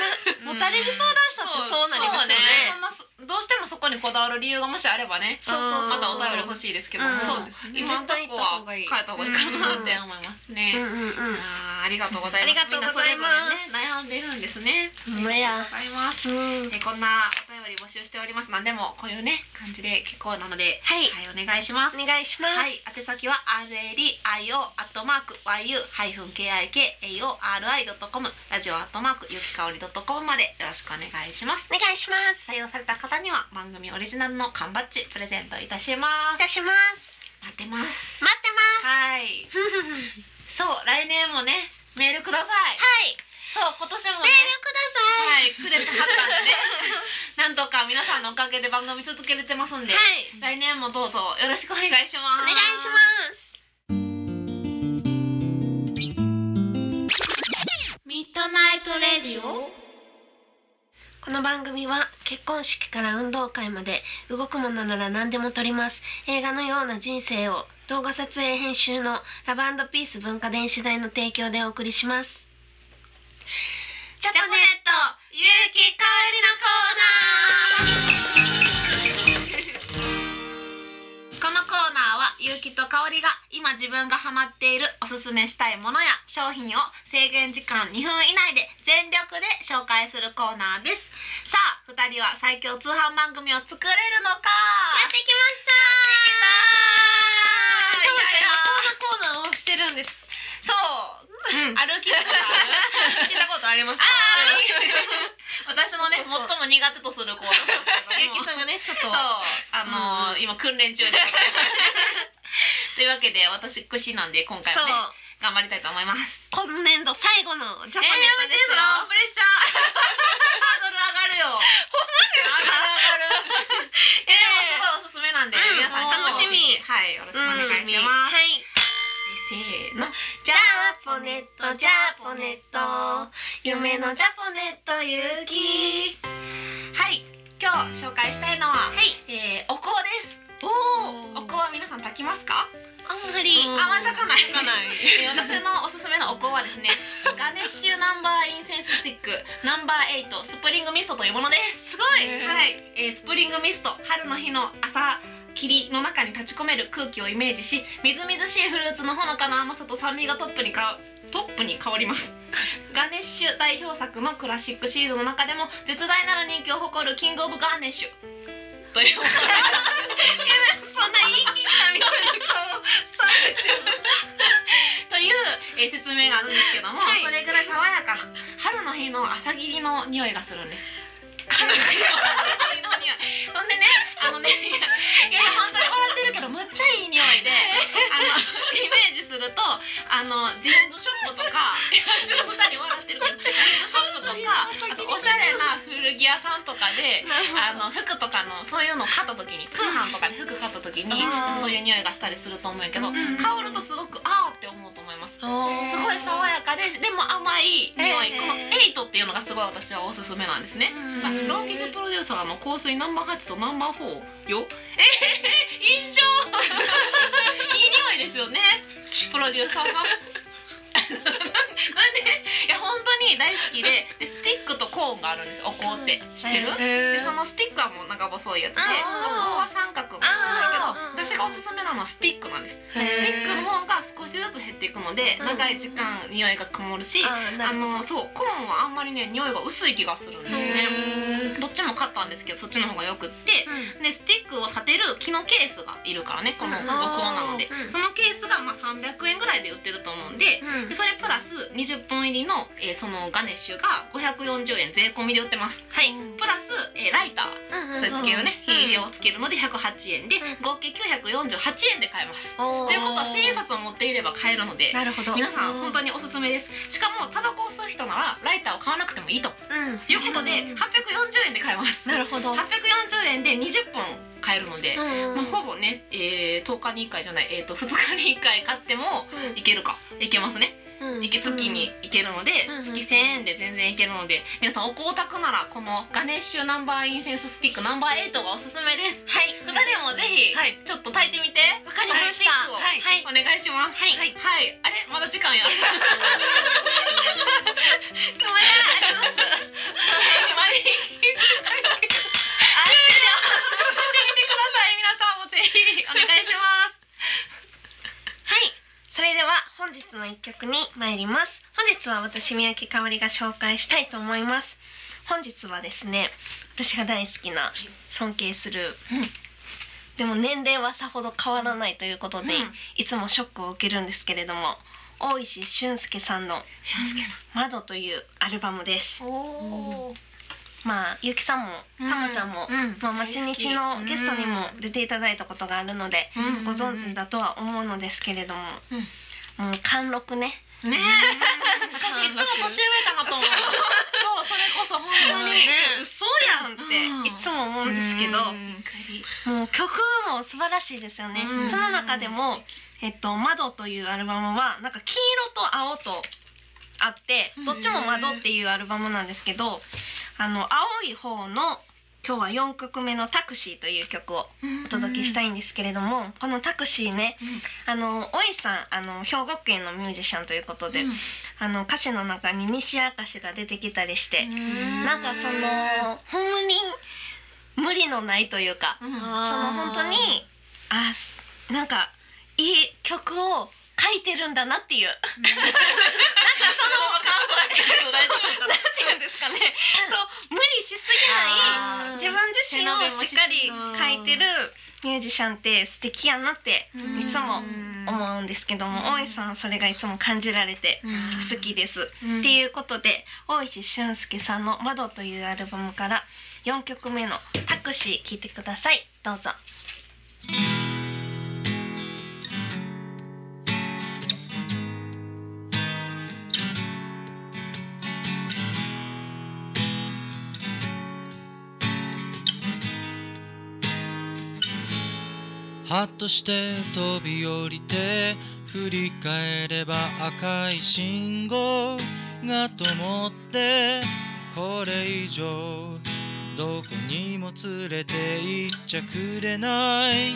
Speaker 1: もう誰に相談したってそうなりますよね
Speaker 2: そうねそんなどうしてもそこにこだわる理由がもしあればね
Speaker 1: そうそうそう
Speaker 2: またお便り欲しいですけども、
Speaker 1: うん
Speaker 3: そうですね。
Speaker 2: 今のとこは変えた方がいいかなって思います
Speaker 1: うん
Speaker 2: ね。
Speaker 1: うんうん
Speaker 2: あーありがとうございます。
Speaker 1: ありがとうございます
Speaker 2: みんなそれぞれね悩んでるんですね。
Speaker 1: ほんまや
Speaker 2: ありがとうございます。
Speaker 1: うん
Speaker 2: でこんなお便り募集しております。何でもこういうね感じで結構なので、
Speaker 1: はい
Speaker 2: はいお願いします。
Speaker 1: お願いします
Speaker 2: はい、宛先は r a d i o アットマーク y u ハイフン k i k a o r i ドットコムラジオアットマークゆきかおりドットコムまでよろしくお願いします。
Speaker 1: お願いします
Speaker 2: 採用された方には番組オリジナルの缶バッジプレゼントいたしま
Speaker 1: い
Speaker 2: す。
Speaker 1: たします
Speaker 2: 待ってます。
Speaker 1: 待って
Speaker 2: はい。
Speaker 1: ます
Speaker 2: そう来年もねメールください。
Speaker 1: はい
Speaker 2: そう今年
Speaker 1: メー
Speaker 2: もね。
Speaker 1: ルください
Speaker 2: はい、くれてはったんでね。 なんとか皆さんのおかげで番組続けれてますんで、
Speaker 1: はい
Speaker 2: 来年もどうぞよろしくお願いし
Speaker 1: お
Speaker 2: ま
Speaker 1: 願
Speaker 2: す。
Speaker 1: いします
Speaker 2: ミッドナイトレディオ。
Speaker 1: この番組は結婚式から運動会まで動くものなら何でも撮ります映画のような人生を動画撮影編集のラブピース文化電子台の提供でお送りしますジャ
Speaker 2: ジ
Speaker 1: パ
Speaker 2: ャポネ
Speaker 1: ネ
Speaker 2: ット、ゆうきかおりのコーナー。このコー ナーはゆうきとかおりが今自分がハマっているおすすめしたいものや商品を制限時間2分以内で全力で紹介するコーナーですさあ2人は最強通販番組を作れるのか
Speaker 1: やってきました
Speaker 2: やってきたー
Speaker 1: たまちゃん今このコーナーをしてるんです
Speaker 2: そう
Speaker 3: うん。
Speaker 2: 歩きとかある
Speaker 3: 聞いたことあります。
Speaker 2: あー 私のね
Speaker 1: そうそうそう
Speaker 2: 最も苦手とするコーナー
Speaker 1: ゆうきさんがねちょっと
Speaker 2: そう、あのー今訓練中 です。というわけで、私屈指なんで、今回
Speaker 1: そう
Speaker 2: もね、頑張りたいと思います。
Speaker 1: 今年度最後のジャパネットですよ、
Speaker 2: えーやめてプレッシャー。ハードル上がるよ。ほんまですか。
Speaker 1: ネットジャポネット夢のジャポネットゆうき
Speaker 2: はい今日紹介したいのは、
Speaker 1: はい
Speaker 2: えーお香です
Speaker 3: お
Speaker 2: お香は皆さん炊きますか
Speaker 1: あんまり、
Speaker 2: あまり炊かない
Speaker 3: 炊かない
Speaker 2: えー私のおすすめのお香はです ねガネッシュナンバーインセンススティックナンバーエイトスプリングミストというものですすご
Speaker 3: い
Speaker 2: はい、えースプリングミスト春の日の朝霧の中に立ち込める空気をイメージしみずみずしいフルーツのほのかな甘さと酸味がトップにかトップに香ります ガネッシュ代表作のクラシックシリーズの中でも絶大なる人気を誇るキングオブガーネッシュというお香です
Speaker 1: そんな言い切ったみたいな顔されて
Speaker 2: という、えー説明があるんですけども、
Speaker 1: はい
Speaker 2: それぐらい爽やかな春の日の朝霧の匂いがするんです。春の日の朝霧の匂い。そんでね、あ のね、いやいや本当に笑ってるけどむっちゃいい匂いで、あのイメージするとあのジーンズショップとか、いやちょっと二人笑ってるけど、ジーンズショップとか、あとおしゃれな古着屋さんとかで。あの服とかのそういうのを買った時に通販とかで服買った時に
Speaker 1: あー
Speaker 2: そういう匂いがしたりすると思うんやけど
Speaker 1: うんうんうん
Speaker 2: 香るとすごくあーって思うと思います
Speaker 1: の
Speaker 2: すごい爽やかででも甘い匂
Speaker 1: え
Speaker 2: い、
Speaker 1: ー
Speaker 2: このエイトっていうのがすごい私はおすすめなんですね、まあ、
Speaker 1: うん
Speaker 2: ローキングプロデューサーの香水ナンバー8とナンバー4よえー、 一緒 いい匂いですよねプロデューサー がなんでいや本当に大好きででスティックとコーンがあるんですお香って知ってる、で
Speaker 3: え
Speaker 2: そのスティックはもう長細いやつでお
Speaker 1: あー
Speaker 2: 香は三角なんだけ
Speaker 1: あー
Speaker 2: ど私がおすすめなのはスティックなんですスティッ
Speaker 3: へー
Speaker 2: クの方が少しずつ減っていくので
Speaker 1: うん
Speaker 2: 長い時間匂いが曇るし、あのそうコーンはあんまりね匂いが薄い気がするんですね、
Speaker 3: へ
Speaker 2: どっちも買ったんですけどそっちの方がよくってでスティックを立てる木のケースがいるからねこの
Speaker 1: う
Speaker 2: お
Speaker 1: ん
Speaker 2: 香なの
Speaker 1: う
Speaker 2: で、
Speaker 1: ん
Speaker 2: そのケースがまあ300円ぐらいで売ってると思うんででそれプラス20本入りの、えーそのガネッシュが540円税込みで売ってます
Speaker 1: はい
Speaker 2: プラス、えーライターそれつけをね
Speaker 1: うん
Speaker 2: 火入れをつけるので108円で
Speaker 1: うん
Speaker 2: 合計948円で買えます
Speaker 1: と
Speaker 2: ということは千円札を持っていれば買えるので
Speaker 1: なるほど
Speaker 2: 皆さ
Speaker 3: うんん
Speaker 2: 本当におすすめですしかもタバコを吸う人ならライターを買わなくてもいいと
Speaker 1: うん
Speaker 2: いうことで840円で買えます
Speaker 1: なるほど
Speaker 2: 840円で20本買えるので、まあ、ほぼね、えー、10日に1回じゃない、えー、と2日に1回買ってもいけるかいけますねいけ月にいけるので、
Speaker 1: うん
Speaker 2: 月1000円で全然いけるので皆さんお光沢ならこのガネッシュナンバーインセンススティックナンバー8がおすすめです
Speaker 1: はい
Speaker 2: 二人もぜひ、
Speaker 3: はい
Speaker 2: ちょっと炊いてみて
Speaker 1: わかりました
Speaker 2: そのスティックをお願いします
Speaker 1: はい
Speaker 2: はい、あれまだ時間やごめんな さい皆さんもぜひお願いします
Speaker 1: はい。それでは本日の一曲に参ります。本日は私三宅香織が紹介したいと思います。本日はですね、私が大好きな尊敬する、
Speaker 2: うん
Speaker 1: でも年齢はさほど変わらないということで、
Speaker 2: うん
Speaker 1: いつもショックを受けるんですけれども、大石俊介さんの
Speaker 2: 俊介
Speaker 1: 窓というアルバムです
Speaker 2: さ。んおお
Speaker 1: まあゆきさんもたまちゃんも、まあ町日のゲストにも出ていただいたことがあるので、
Speaker 2: うん
Speaker 1: ご存知だとは思うのですけれども、もう貫禄ね。
Speaker 2: ねえ私いつも年上かなと思うそうそれこそ本当に
Speaker 1: 嘘やんっていつも思うんですけど、もう曲も素晴らしいですよね、
Speaker 2: うん
Speaker 1: その中でも「えっと、窓」というアルバムはなんか黄色と青とあってどっちも「窓」っていうアルバムなんですけど、あの青い方の今日は4曲目の「タクシー」という曲を
Speaker 2: お
Speaker 1: お届けした
Speaker 2: い、
Speaker 1: いんですけれども、この「タクシーね」
Speaker 2: うん
Speaker 1: あのおいさんあの兵庫県のミュージシャンということで、あの歌詞の中に西明石が出てきたりして。なんかそのほんまに無理のないというか
Speaker 2: うん、
Speaker 1: その本当にあすなんかいい曲を書いてるんだなっていう
Speaker 2: その感想だけど大丈夫かな
Speaker 1: なんていうんですかねそう無理しす
Speaker 2: あー
Speaker 1: ぎない自分自身をしっかり書いてるミュージシャンって素敵やなって
Speaker 2: うん
Speaker 1: いつも思うんですけども
Speaker 2: うん
Speaker 1: 大石さんそれがいつも感じられて
Speaker 2: うん
Speaker 1: 好きです。
Speaker 2: うん
Speaker 1: っていうことで大石俊介さんの「窓」というアルバムから4曲目の「タクシー」聴いてくださいどうぞ。
Speaker 4: ハッとして飛び降りて振り返れば赤い信号が灯ってこれ以上どこにも連れて行っちゃくれない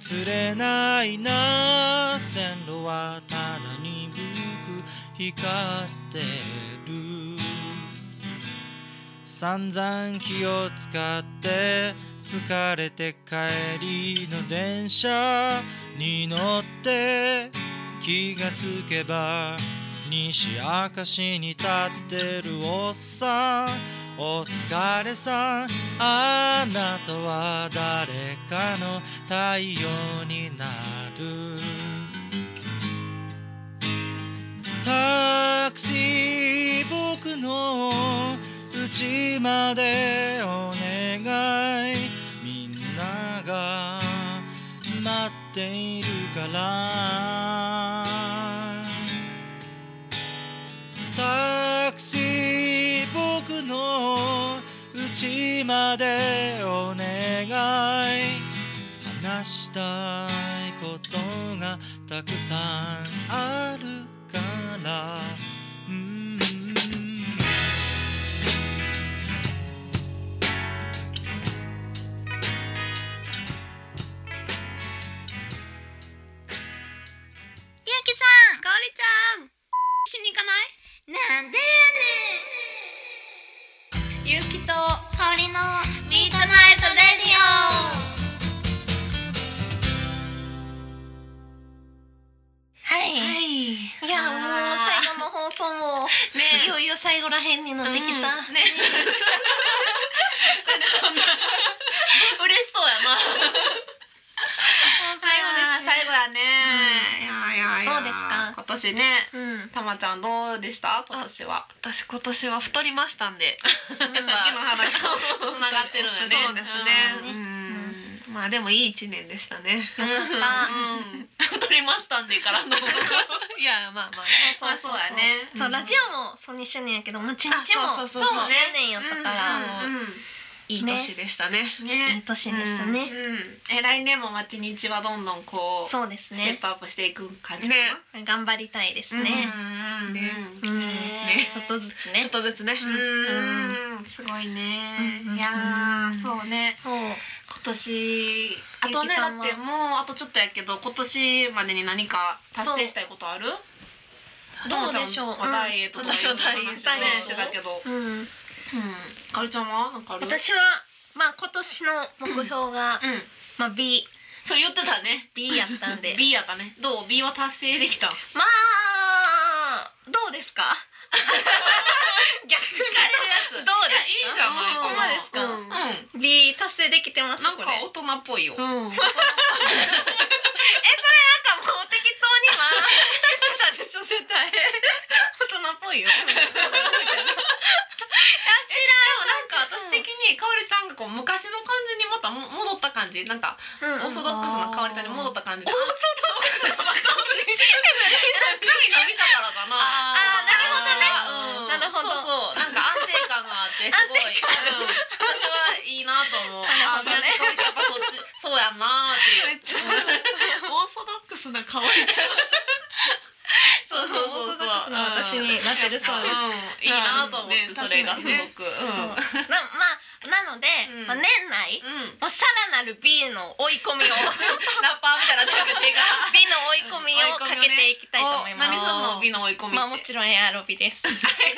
Speaker 4: 釣れないな線路はただ鈍く光ってる散々気を使って疲れて帰りの電車に乗って気がつけば西明石に立ってるおっさんお疲れさんあなたは誰かの太陽になるタクシー僕のうちまでお願いみんなが待っているからタクシー僕のうちまでお願い話したいことがたくさんあるからうん
Speaker 2: ゆうきさんかおりちゃんしに行かないなんでやねんゆうきとかおりのミートナイトレディオはい、
Speaker 1: い
Speaker 2: い
Speaker 1: やもう
Speaker 2: あー
Speaker 1: 最後の放送もいよいよ最後らへんになってきた、
Speaker 2: うんねなんでそんな嬉しそうやな
Speaker 3: 最後ですね
Speaker 2: 最後やね、いやいやいや
Speaker 1: どうですか
Speaker 2: 今年ね
Speaker 1: うん、
Speaker 2: たまちゃんどうでした今年は
Speaker 3: 私今年は太りましたんで
Speaker 2: さっきの話 とつながってるよね
Speaker 3: そうですね
Speaker 1: う
Speaker 3: うんまあでもいい一年でしたね
Speaker 1: よかった
Speaker 2: うん太りましたんでからの
Speaker 3: いやまあまあ
Speaker 2: まあそうやね
Speaker 1: そう
Speaker 3: うん
Speaker 1: ラジオもそう2周年やけど街にちも
Speaker 3: あそうそうそうそう
Speaker 1: 2周年やったから、
Speaker 3: うんいい年でしたね
Speaker 2: うん
Speaker 1: いい
Speaker 2: ね
Speaker 1: 年でした
Speaker 2: う
Speaker 1: ね、
Speaker 2: んえ来年も町日はどんどんこうス
Speaker 1: そうです
Speaker 2: テッ
Speaker 1: ね
Speaker 2: プアップしていく感じか
Speaker 3: ね
Speaker 1: 頑張りたいです
Speaker 2: な
Speaker 1: ね、
Speaker 2: うん
Speaker 3: ね
Speaker 1: うん
Speaker 2: ね
Speaker 1: ちょっとずつ
Speaker 3: ちょ
Speaker 1: ね
Speaker 3: っとずつね
Speaker 2: うんすごいね
Speaker 1: うん
Speaker 2: いや
Speaker 3: うん
Speaker 2: ーそうね
Speaker 1: そう
Speaker 2: 今年あとね
Speaker 1: ゆき
Speaker 2: だ
Speaker 1: さ
Speaker 2: って
Speaker 1: ん
Speaker 2: も
Speaker 1: は
Speaker 2: うあとちょっとやけど今年までに何か達成したいことある
Speaker 1: どうでしょう
Speaker 2: ともちゃんはダイエットとか
Speaker 3: 私はダイエット
Speaker 2: いろいろ話をねしてたけど
Speaker 1: うん、
Speaker 2: うんかおりちゃんはなんかある
Speaker 1: 私はまあ今年の目標が、
Speaker 2: うん
Speaker 1: まあ B
Speaker 2: そう言ってたね
Speaker 1: B やったんで
Speaker 2: B やったねどう B は達成で きた
Speaker 1: まあどうですか逆
Speaker 2: や
Speaker 1: どう
Speaker 2: どう
Speaker 1: です
Speaker 2: いいじゃない
Speaker 1: ほんまですか
Speaker 2: うんな
Speaker 1: B 達成できてます
Speaker 2: ん
Speaker 1: こ
Speaker 2: か
Speaker 1: れ
Speaker 2: 大人っぽいよ
Speaker 3: うん
Speaker 1: なんかもう適当には言ってたでしょ絶対 大人っぽいよ
Speaker 2: でもなんか私的にかおりちゃんがこう昔の感じにまたも戻った感じなんか
Speaker 1: うん
Speaker 2: オーソドックスなかおりちゃんに戻った感じで
Speaker 1: あーなる
Speaker 2: 髪伸びたからかな
Speaker 1: ほどね、
Speaker 2: な
Speaker 1: な
Speaker 2: る
Speaker 1: る
Speaker 2: ほ
Speaker 1: ほ
Speaker 2: ど
Speaker 1: ど
Speaker 2: そうそうなんか安定感があ ってすごい、うん、私はいいなと思う
Speaker 1: なるほどね
Speaker 2: あやっぱそっちそうやんなーっていう
Speaker 3: ちゃオーソドックスな香りちゃう
Speaker 2: そうそうそうそう
Speaker 1: 私になってるそうです。
Speaker 2: うんいいなと思って、
Speaker 3: ね
Speaker 2: それがすごく、
Speaker 3: 確
Speaker 2: うん
Speaker 1: なまあなので、
Speaker 2: うん
Speaker 1: まあ、年内
Speaker 2: うん
Speaker 1: まあ、さらなる B の追い込 みを B
Speaker 2: ラッパーみたいななんか手が
Speaker 1: の追い込み をかけていきたいと思います。
Speaker 2: お何すんの美の追い込みって
Speaker 1: まあもちろんエアロビ です。エアロビし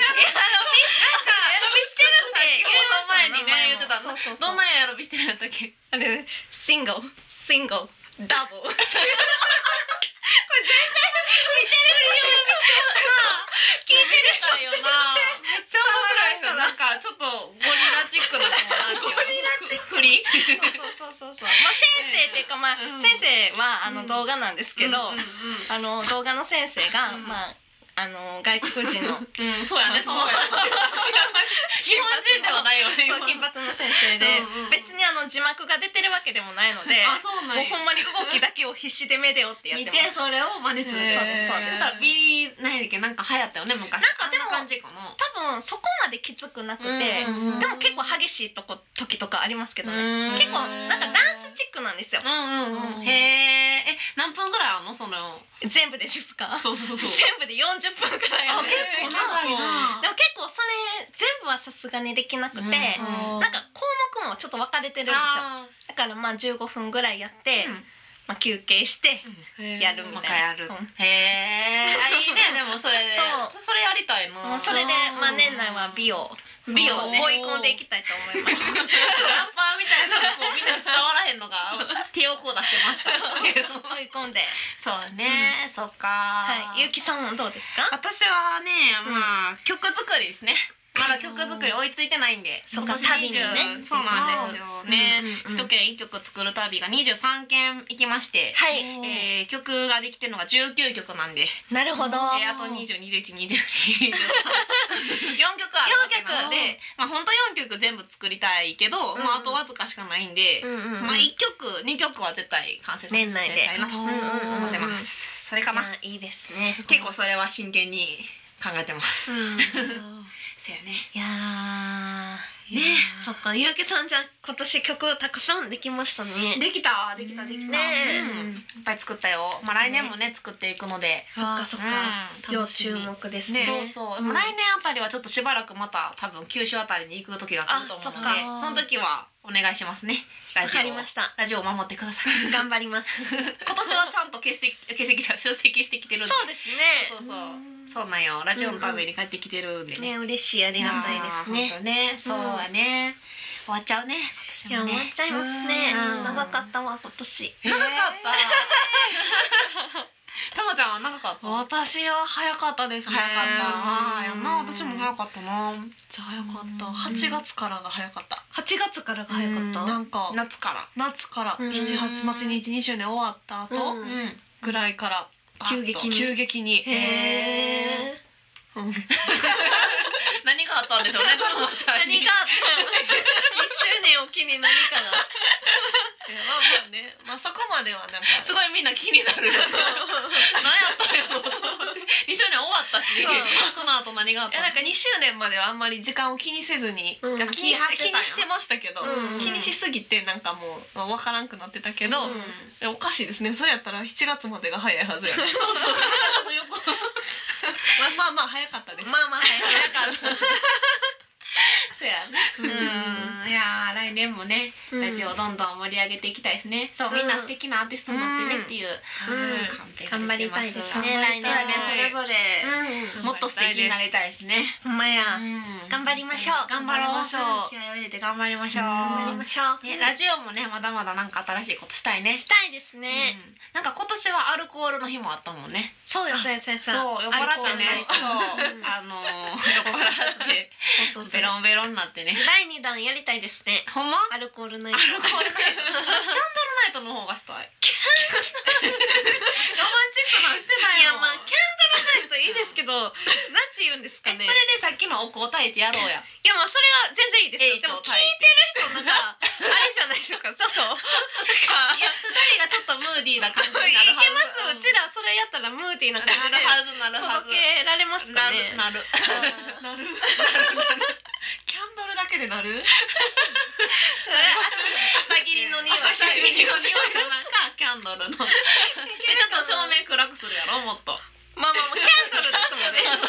Speaker 1: てるんで
Speaker 2: ちょっとさ
Speaker 1: 言いました
Speaker 2: 放送前にね言ってた
Speaker 1: そうそうそう
Speaker 2: どんなエアロビしてるんだったっ け
Speaker 1: あれシンゴシンゴダブル。
Speaker 2: 聞いてる人いよなめっちゃ面白い人なんかちょっとゴリラチックな子なんていうの
Speaker 1: ゴリラチック
Speaker 2: フリ
Speaker 1: そうそうそうそう。まあ先生っていうかまあ、
Speaker 2: うん
Speaker 1: 先生はあ
Speaker 2: う
Speaker 1: の
Speaker 2: ん
Speaker 1: 動画なんですけど、
Speaker 2: うんうんうん
Speaker 1: あの動画の先生が、
Speaker 2: うん
Speaker 1: まああの外国人の
Speaker 2: うん、そうやね、そうやね。日本人ではないよね。今
Speaker 1: 金髪の先生で、
Speaker 2: うんうん
Speaker 1: 別にあの字幕が出てるわけでもないので、
Speaker 2: あ、そうなん
Speaker 1: もう
Speaker 2: や
Speaker 1: ほんまに動きだけを必死で目で追ってやっ
Speaker 2: 見
Speaker 1: て
Speaker 2: て
Speaker 1: ます。
Speaker 2: それを真似する。
Speaker 1: へー
Speaker 2: そしたらビリーなんやっけなんか流行ったよね昔。
Speaker 1: なんかでも
Speaker 2: あな感じかな。
Speaker 1: 多分そこまできつくなくて、
Speaker 2: うんうんうん
Speaker 1: でも結構激しいとこ時とかありますけどね。
Speaker 2: うん
Speaker 1: 結構なんかダンススチックなんですよ
Speaker 2: う。んうんうん。へえ。え何分ぐらいあんのその。
Speaker 1: 全部でですか？
Speaker 2: そうそうそ
Speaker 1: 全
Speaker 2: う。
Speaker 1: 部で四十分くらいあ
Speaker 2: あ
Speaker 1: る。
Speaker 2: 結構長いな。
Speaker 1: でも結構それ全部はさすがにできなくて、
Speaker 2: うん
Speaker 1: なんか項目もちょっと分かれてるんですよ。
Speaker 2: あ
Speaker 1: だからまあ15分ぐらいやって、
Speaker 2: ー
Speaker 1: まあ休憩して
Speaker 2: うん
Speaker 1: やるみたいな
Speaker 2: もう一回やる。
Speaker 1: うん
Speaker 2: へえ。あいい ねでもそれ。。
Speaker 1: そう
Speaker 2: それやりたいな。
Speaker 1: もうそれでまあ年内は美を
Speaker 2: 美をね
Speaker 1: 追い込んでいきたいと思います。
Speaker 2: ちょっとラッパーみたいなこうみんなに伝わらへんのが手をこう出してました けど。
Speaker 1: 追い込んで、
Speaker 2: そうね。そっか。
Speaker 1: はい、ゆうきさんはどうですか？
Speaker 2: 私はね、
Speaker 1: うん
Speaker 2: まあ、曲作りですね。まだ曲作り追いついてないんで、
Speaker 1: そう
Speaker 2: 今
Speaker 1: か
Speaker 2: 年
Speaker 1: 旅にね
Speaker 2: 20そうなんですよね。
Speaker 1: うんうんう
Speaker 2: 一
Speaker 1: ん
Speaker 2: 件一曲作る旅が23件行きまして、
Speaker 1: はい、
Speaker 2: えー曲ができてるのが19曲なんで、
Speaker 1: なるほど。
Speaker 2: えーあと20212224 曲あるわけなので、まあ本当4曲全部作りたいけど、
Speaker 1: うん
Speaker 2: もうあとわずかしかないんで
Speaker 1: う、んうんうん、
Speaker 2: まあ1曲2曲は絶対完成させていきたいなと
Speaker 1: 年内で
Speaker 2: 思ってます。それかな。
Speaker 1: いやいいですね。
Speaker 2: 結構それは真剣に考えてま す。
Speaker 1: うん、
Speaker 2: そうやね。
Speaker 1: いやー。
Speaker 2: ね
Speaker 1: ね、そっか、ゆうきさんじゃ今年曲たくさんできましたね。
Speaker 2: できたできたできた、
Speaker 1: ねえ
Speaker 2: うん、いっぱい作ったよ、まあ、来年もね作っていくので
Speaker 1: そっかそっか、
Speaker 2: うん
Speaker 1: 要
Speaker 2: 楽し
Speaker 1: 注
Speaker 2: み
Speaker 1: 目ですね。
Speaker 2: ね、そうそう、
Speaker 1: うん
Speaker 2: もう来年あたりはちょっとしばらくまた多分九州あたりに行く時が来ると思うので
Speaker 1: あ
Speaker 3: そっか
Speaker 2: その時はお願いしますね
Speaker 1: わ
Speaker 2: ラジオ
Speaker 1: かりました。
Speaker 2: ラジオを守ってくだ さい今
Speaker 1: 頑張ります。
Speaker 2: 年はちゃんと欠席欠席者出席してきてるんで
Speaker 1: そうですね。
Speaker 2: そうそう
Speaker 1: うん
Speaker 2: そうなんよラジオのために帰ってきてるんでね、
Speaker 1: ね、嬉しい、ありがたいです
Speaker 2: やー
Speaker 1: ね。
Speaker 2: ほんとねそうだね、終わっちゃうね
Speaker 1: い
Speaker 2: 今
Speaker 1: や、
Speaker 2: 年も
Speaker 1: 終わ
Speaker 2: ね
Speaker 1: っちゃいますね。
Speaker 2: うん
Speaker 1: 長かったわ、今年。
Speaker 2: 長 かった。たまちゃんは長かった。
Speaker 3: 私は早かったですね
Speaker 2: 早かった。あーやんな、私も早
Speaker 3: っ
Speaker 2: かったな。
Speaker 3: た早かった
Speaker 2: うん
Speaker 3: 8月からが早かった
Speaker 1: 八月からが早かった。
Speaker 3: なんか
Speaker 2: 夏から。
Speaker 3: 夏から
Speaker 1: うん
Speaker 3: 7、8、まあ1日2週年終わった
Speaker 1: う
Speaker 3: 後
Speaker 1: ん
Speaker 2: ん。
Speaker 3: ぐらいから
Speaker 2: バッと
Speaker 1: 急激に
Speaker 3: 急激
Speaker 1: へ
Speaker 3: に
Speaker 1: え。
Speaker 2: 何があったんでしょうね、たまちゃんに。
Speaker 1: 何が。一周年を機に何かが。
Speaker 3: えーまあまあね、まあそこまではなんか
Speaker 2: すごいみんな気になる。何やったんやろうと思って。一緒に終わったし
Speaker 3: そう。
Speaker 2: その後何があっ
Speaker 3: いや
Speaker 2: た
Speaker 3: なんか2周年まではあんまり時間を気にせずに、
Speaker 1: うん
Speaker 3: なんか気にして
Speaker 2: 気に張って
Speaker 3: 気
Speaker 2: たんや
Speaker 3: にしてましたけど、
Speaker 1: うん
Speaker 2: うん
Speaker 3: 気にしすぎてなんかもう、まあ、分からんくなってたけど、
Speaker 2: の。
Speaker 1: うん
Speaker 3: えおかしいですねそれやったら7月までが早いはずや、ね、
Speaker 2: そうそう。なんかよく
Speaker 3: まあまあまあ早かったです、
Speaker 1: まあまあ、早かった。
Speaker 2: そうやね。うん。いやー、来年もね。ラジオをどんどん盛り上げていきたいですね。そう、
Speaker 1: うん
Speaker 2: みんな素敵なアーティストになってねっていう。
Speaker 1: うん
Speaker 2: 頑張りたいですね。
Speaker 1: 頑張りたいですね来年
Speaker 2: そうねそれぞれ、
Speaker 1: うん、
Speaker 2: もっと素敵になりたいですね。
Speaker 1: ほんまや、頑張りましょう
Speaker 2: 頑張ろう。
Speaker 3: 頑張りましょう
Speaker 2: 気合いを入れて頑張りましょう。
Speaker 1: 頑張りましょう。
Speaker 2: ね、ラジオもね、まだまだなんか新しいことしたいね。
Speaker 1: したいですね。
Speaker 2: うんなんか今年はアルコールの日もあったもんね。
Speaker 1: そうよ、そうよ、そうよ、
Speaker 2: そう、
Speaker 1: よ
Speaker 2: 酔っ払ってね。そう、
Speaker 1: うん
Speaker 2: あのー、酔っ払って、
Speaker 1: そうそうそ
Speaker 2: ベ
Speaker 1: う。
Speaker 2: ロンベロンになってね。
Speaker 1: 第二弾やりたいですね。
Speaker 2: ほんま
Speaker 1: アルコールの
Speaker 2: アルコールナイト。スキャンダルナイトの方がしたい。ロマンチックなんしてない
Speaker 1: いや、
Speaker 2: の。
Speaker 1: まあ、キャンドルナイトいいですけ ど、なんて言うんですか
Speaker 2: え
Speaker 1: ね。い
Speaker 2: それでさっきのお香炊いてやろうや。
Speaker 1: や、まあ、それは全然いいですよ。で
Speaker 2: エイト
Speaker 1: も、
Speaker 2: を
Speaker 1: 聞
Speaker 2: 炊い
Speaker 1: い
Speaker 2: て。
Speaker 1: てる人のが、あれじゃないですか、ちょっと。なん
Speaker 2: い
Speaker 1: か、
Speaker 2: や、二人がちょっとムーディーな感
Speaker 1: い
Speaker 2: じ
Speaker 1: け
Speaker 2: になるは
Speaker 1: ます、
Speaker 2: ず。
Speaker 1: うちら、それやったら、ムーディーな
Speaker 2: なる
Speaker 1: 感じで。
Speaker 2: はず、なるはず。
Speaker 1: 届けられます
Speaker 2: な
Speaker 1: か
Speaker 2: る、
Speaker 1: ね。
Speaker 2: なる。
Speaker 1: うん
Speaker 3: なるキャンドルだけでなる
Speaker 1: 朝霧の匂い。
Speaker 2: 朝日の匂いの中、キャンドルの。でちょっと照明暗くするやろ、もっと。
Speaker 1: まあまあまあキャンドルですもん
Speaker 2: キャ
Speaker 1: ね。
Speaker 2: ン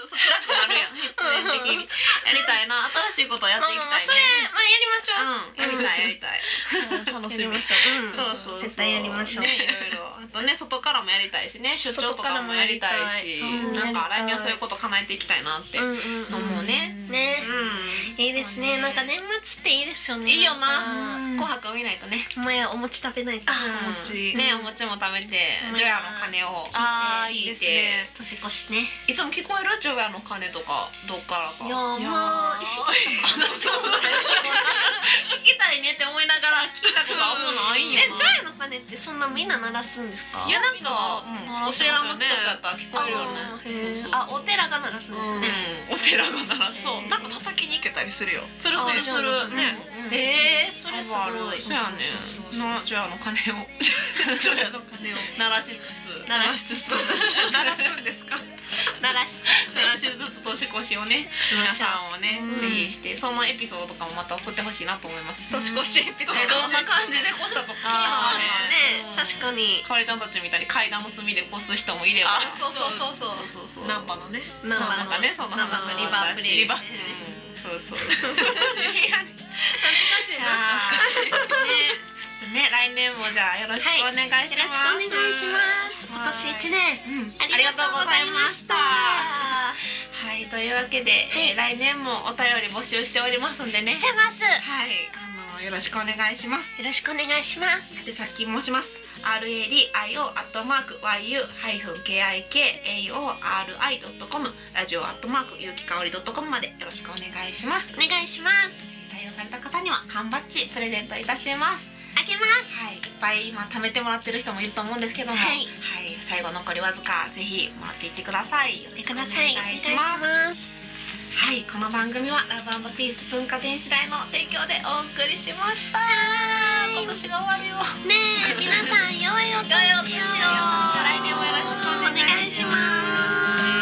Speaker 2: ドル暗くなるやん。全的に。やりたいな、新しいことをやっていきたい
Speaker 1: それ
Speaker 2: ね。
Speaker 1: まあやりましょう。
Speaker 2: うん、やりたい、やりたい。
Speaker 3: 楽しみ
Speaker 1: しょう。
Speaker 2: そうそうそう
Speaker 1: 絶対やりましょう
Speaker 2: ね、いろいろあとね外からもやりたいしね出張とかもやりたいし
Speaker 1: 外からもやりたいうん
Speaker 2: なんか
Speaker 1: やりたい
Speaker 2: 来年はそういうこと叶えていきたいなって、うん
Speaker 1: んうん
Speaker 2: 思うね
Speaker 1: ねいいですね。なんか年末っていいですよね。
Speaker 2: いいよな
Speaker 1: うん
Speaker 2: 紅白見ないとね、
Speaker 1: お前お餅食べないと。
Speaker 3: お餅
Speaker 2: うんねお餅も食べて
Speaker 1: うん
Speaker 2: 除夜の鐘を
Speaker 3: あ
Speaker 2: 聞
Speaker 3: ーいい
Speaker 2: いて
Speaker 3: ですね
Speaker 1: 年越しね。
Speaker 2: いつも聞こえる除夜の鐘とかどっからか
Speaker 1: いやー
Speaker 3: いやー
Speaker 1: まあ一緒に
Speaker 2: 私も 聞きたいねって思いながら聞いたことあんまないん
Speaker 1: え
Speaker 2: やな
Speaker 1: ジョイの鐘ってそんなみんな鳴らすんですか？
Speaker 2: いやなんか、
Speaker 3: うん
Speaker 2: お寺の近くだったら聞こえるよね
Speaker 1: あー
Speaker 2: そうそう
Speaker 1: へー
Speaker 2: そう
Speaker 1: あお寺が鳴らすんですね。
Speaker 2: うん、お寺が鳴らす
Speaker 3: そうなんか叩きに行けたりするよ
Speaker 2: するするす
Speaker 1: あそうなんだ
Speaker 2: るね、え
Speaker 1: ええそれす
Speaker 2: あるあ
Speaker 1: ご
Speaker 2: る
Speaker 1: い。
Speaker 2: そうやね
Speaker 3: そうそうそう
Speaker 2: なジョヤの鐘をジョヤの鐘を鳴らしつつ
Speaker 1: 鳴らしつつ。
Speaker 2: 鳴らすんですか
Speaker 1: 鳴らして
Speaker 2: らしずつ年越しをね皆さんをね、
Speaker 1: うん
Speaker 2: ぜひしてそのエピソードとかもまた送ってほしいなと思います年越しエピソード
Speaker 3: 年越し
Speaker 2: こんな感じで越したとか
Speaker 1: あ
Speaker 2: いいですね
Speaker 1: ーそうですね確かに
Speaker 2: かおりちゃんたちみたいに階段の隅で越す人もいれば
Speaker 3: あそうそうそうそ
Speaker 2: そ
Speaker 3: う
Speaker 2: うそうそう
Speaker 3: ナンパのね
Speaker 1: ナンバ
Speaker 2: な
Speaker 1: の
Speaker 2: んかねその
Speaker 1: ナンバ
Speaker 2: 話
Speaker 1: のリバープレイ
Speaker 2: リバー
Speaker 1: ね
Speaker 2: そうそう
Speaker 3: 懐かしいな懐かしい
Speaker 2: ね来年もじゃあよろしくお願いし
Speaker 1: よろしくお
Speaker 2: ます、
Speaker 1: 願いします今年一年
Speaker 2: うん、ありがとうございました
Speaker 1: あ
Speaker 2: はいというわけで、えー来年もお便り募集しておりますんで
Speaker 1: り
Speaker 2: ね
Speaker 1: がとうございましたしてます
Speaker 2: はいあのよろしくお願いします
Speaker 1: よろしくお願いします
Speaker 2: でさっき申します RADIO アットマーク YU-KIKAORI.com ラジオアットマーク有機香り .com までよろしくお願いします
Speaker 1: お願いします
Speaker 2: 採用された方には缶バッジプレゼントいたします
Speaker 1: あげます
Speaker 2: はいいっぱい今貯めてもらってる人もいると思うんですけども
Speaker 1: は
Speaker 2: はいい、最後残りわずかぜひもらっていってくださいよろ
Speaker 1: やって
Speaker 2: しく
Speaker 1: く
Speaker 2: お願
Speaker 1: だ
Speaker 2: い
Speaker 1: さいお願い
Speaker 2: し
Speaker 1: し
Speaker 2: ます
Speaker 1: ます
Speaker 2: はいこの番組はラブピース文化電子台の提供でお送りしました
Speaker 1: はーい
Speaker 2: 今年が終わるよ
Speaker 1: ねえ皆さん良いお年を
Speaker 2: 良いお年を来年もよろしくお願いしま
Speaker 1: お
Speaker 2: す
Speaker 1: 願いします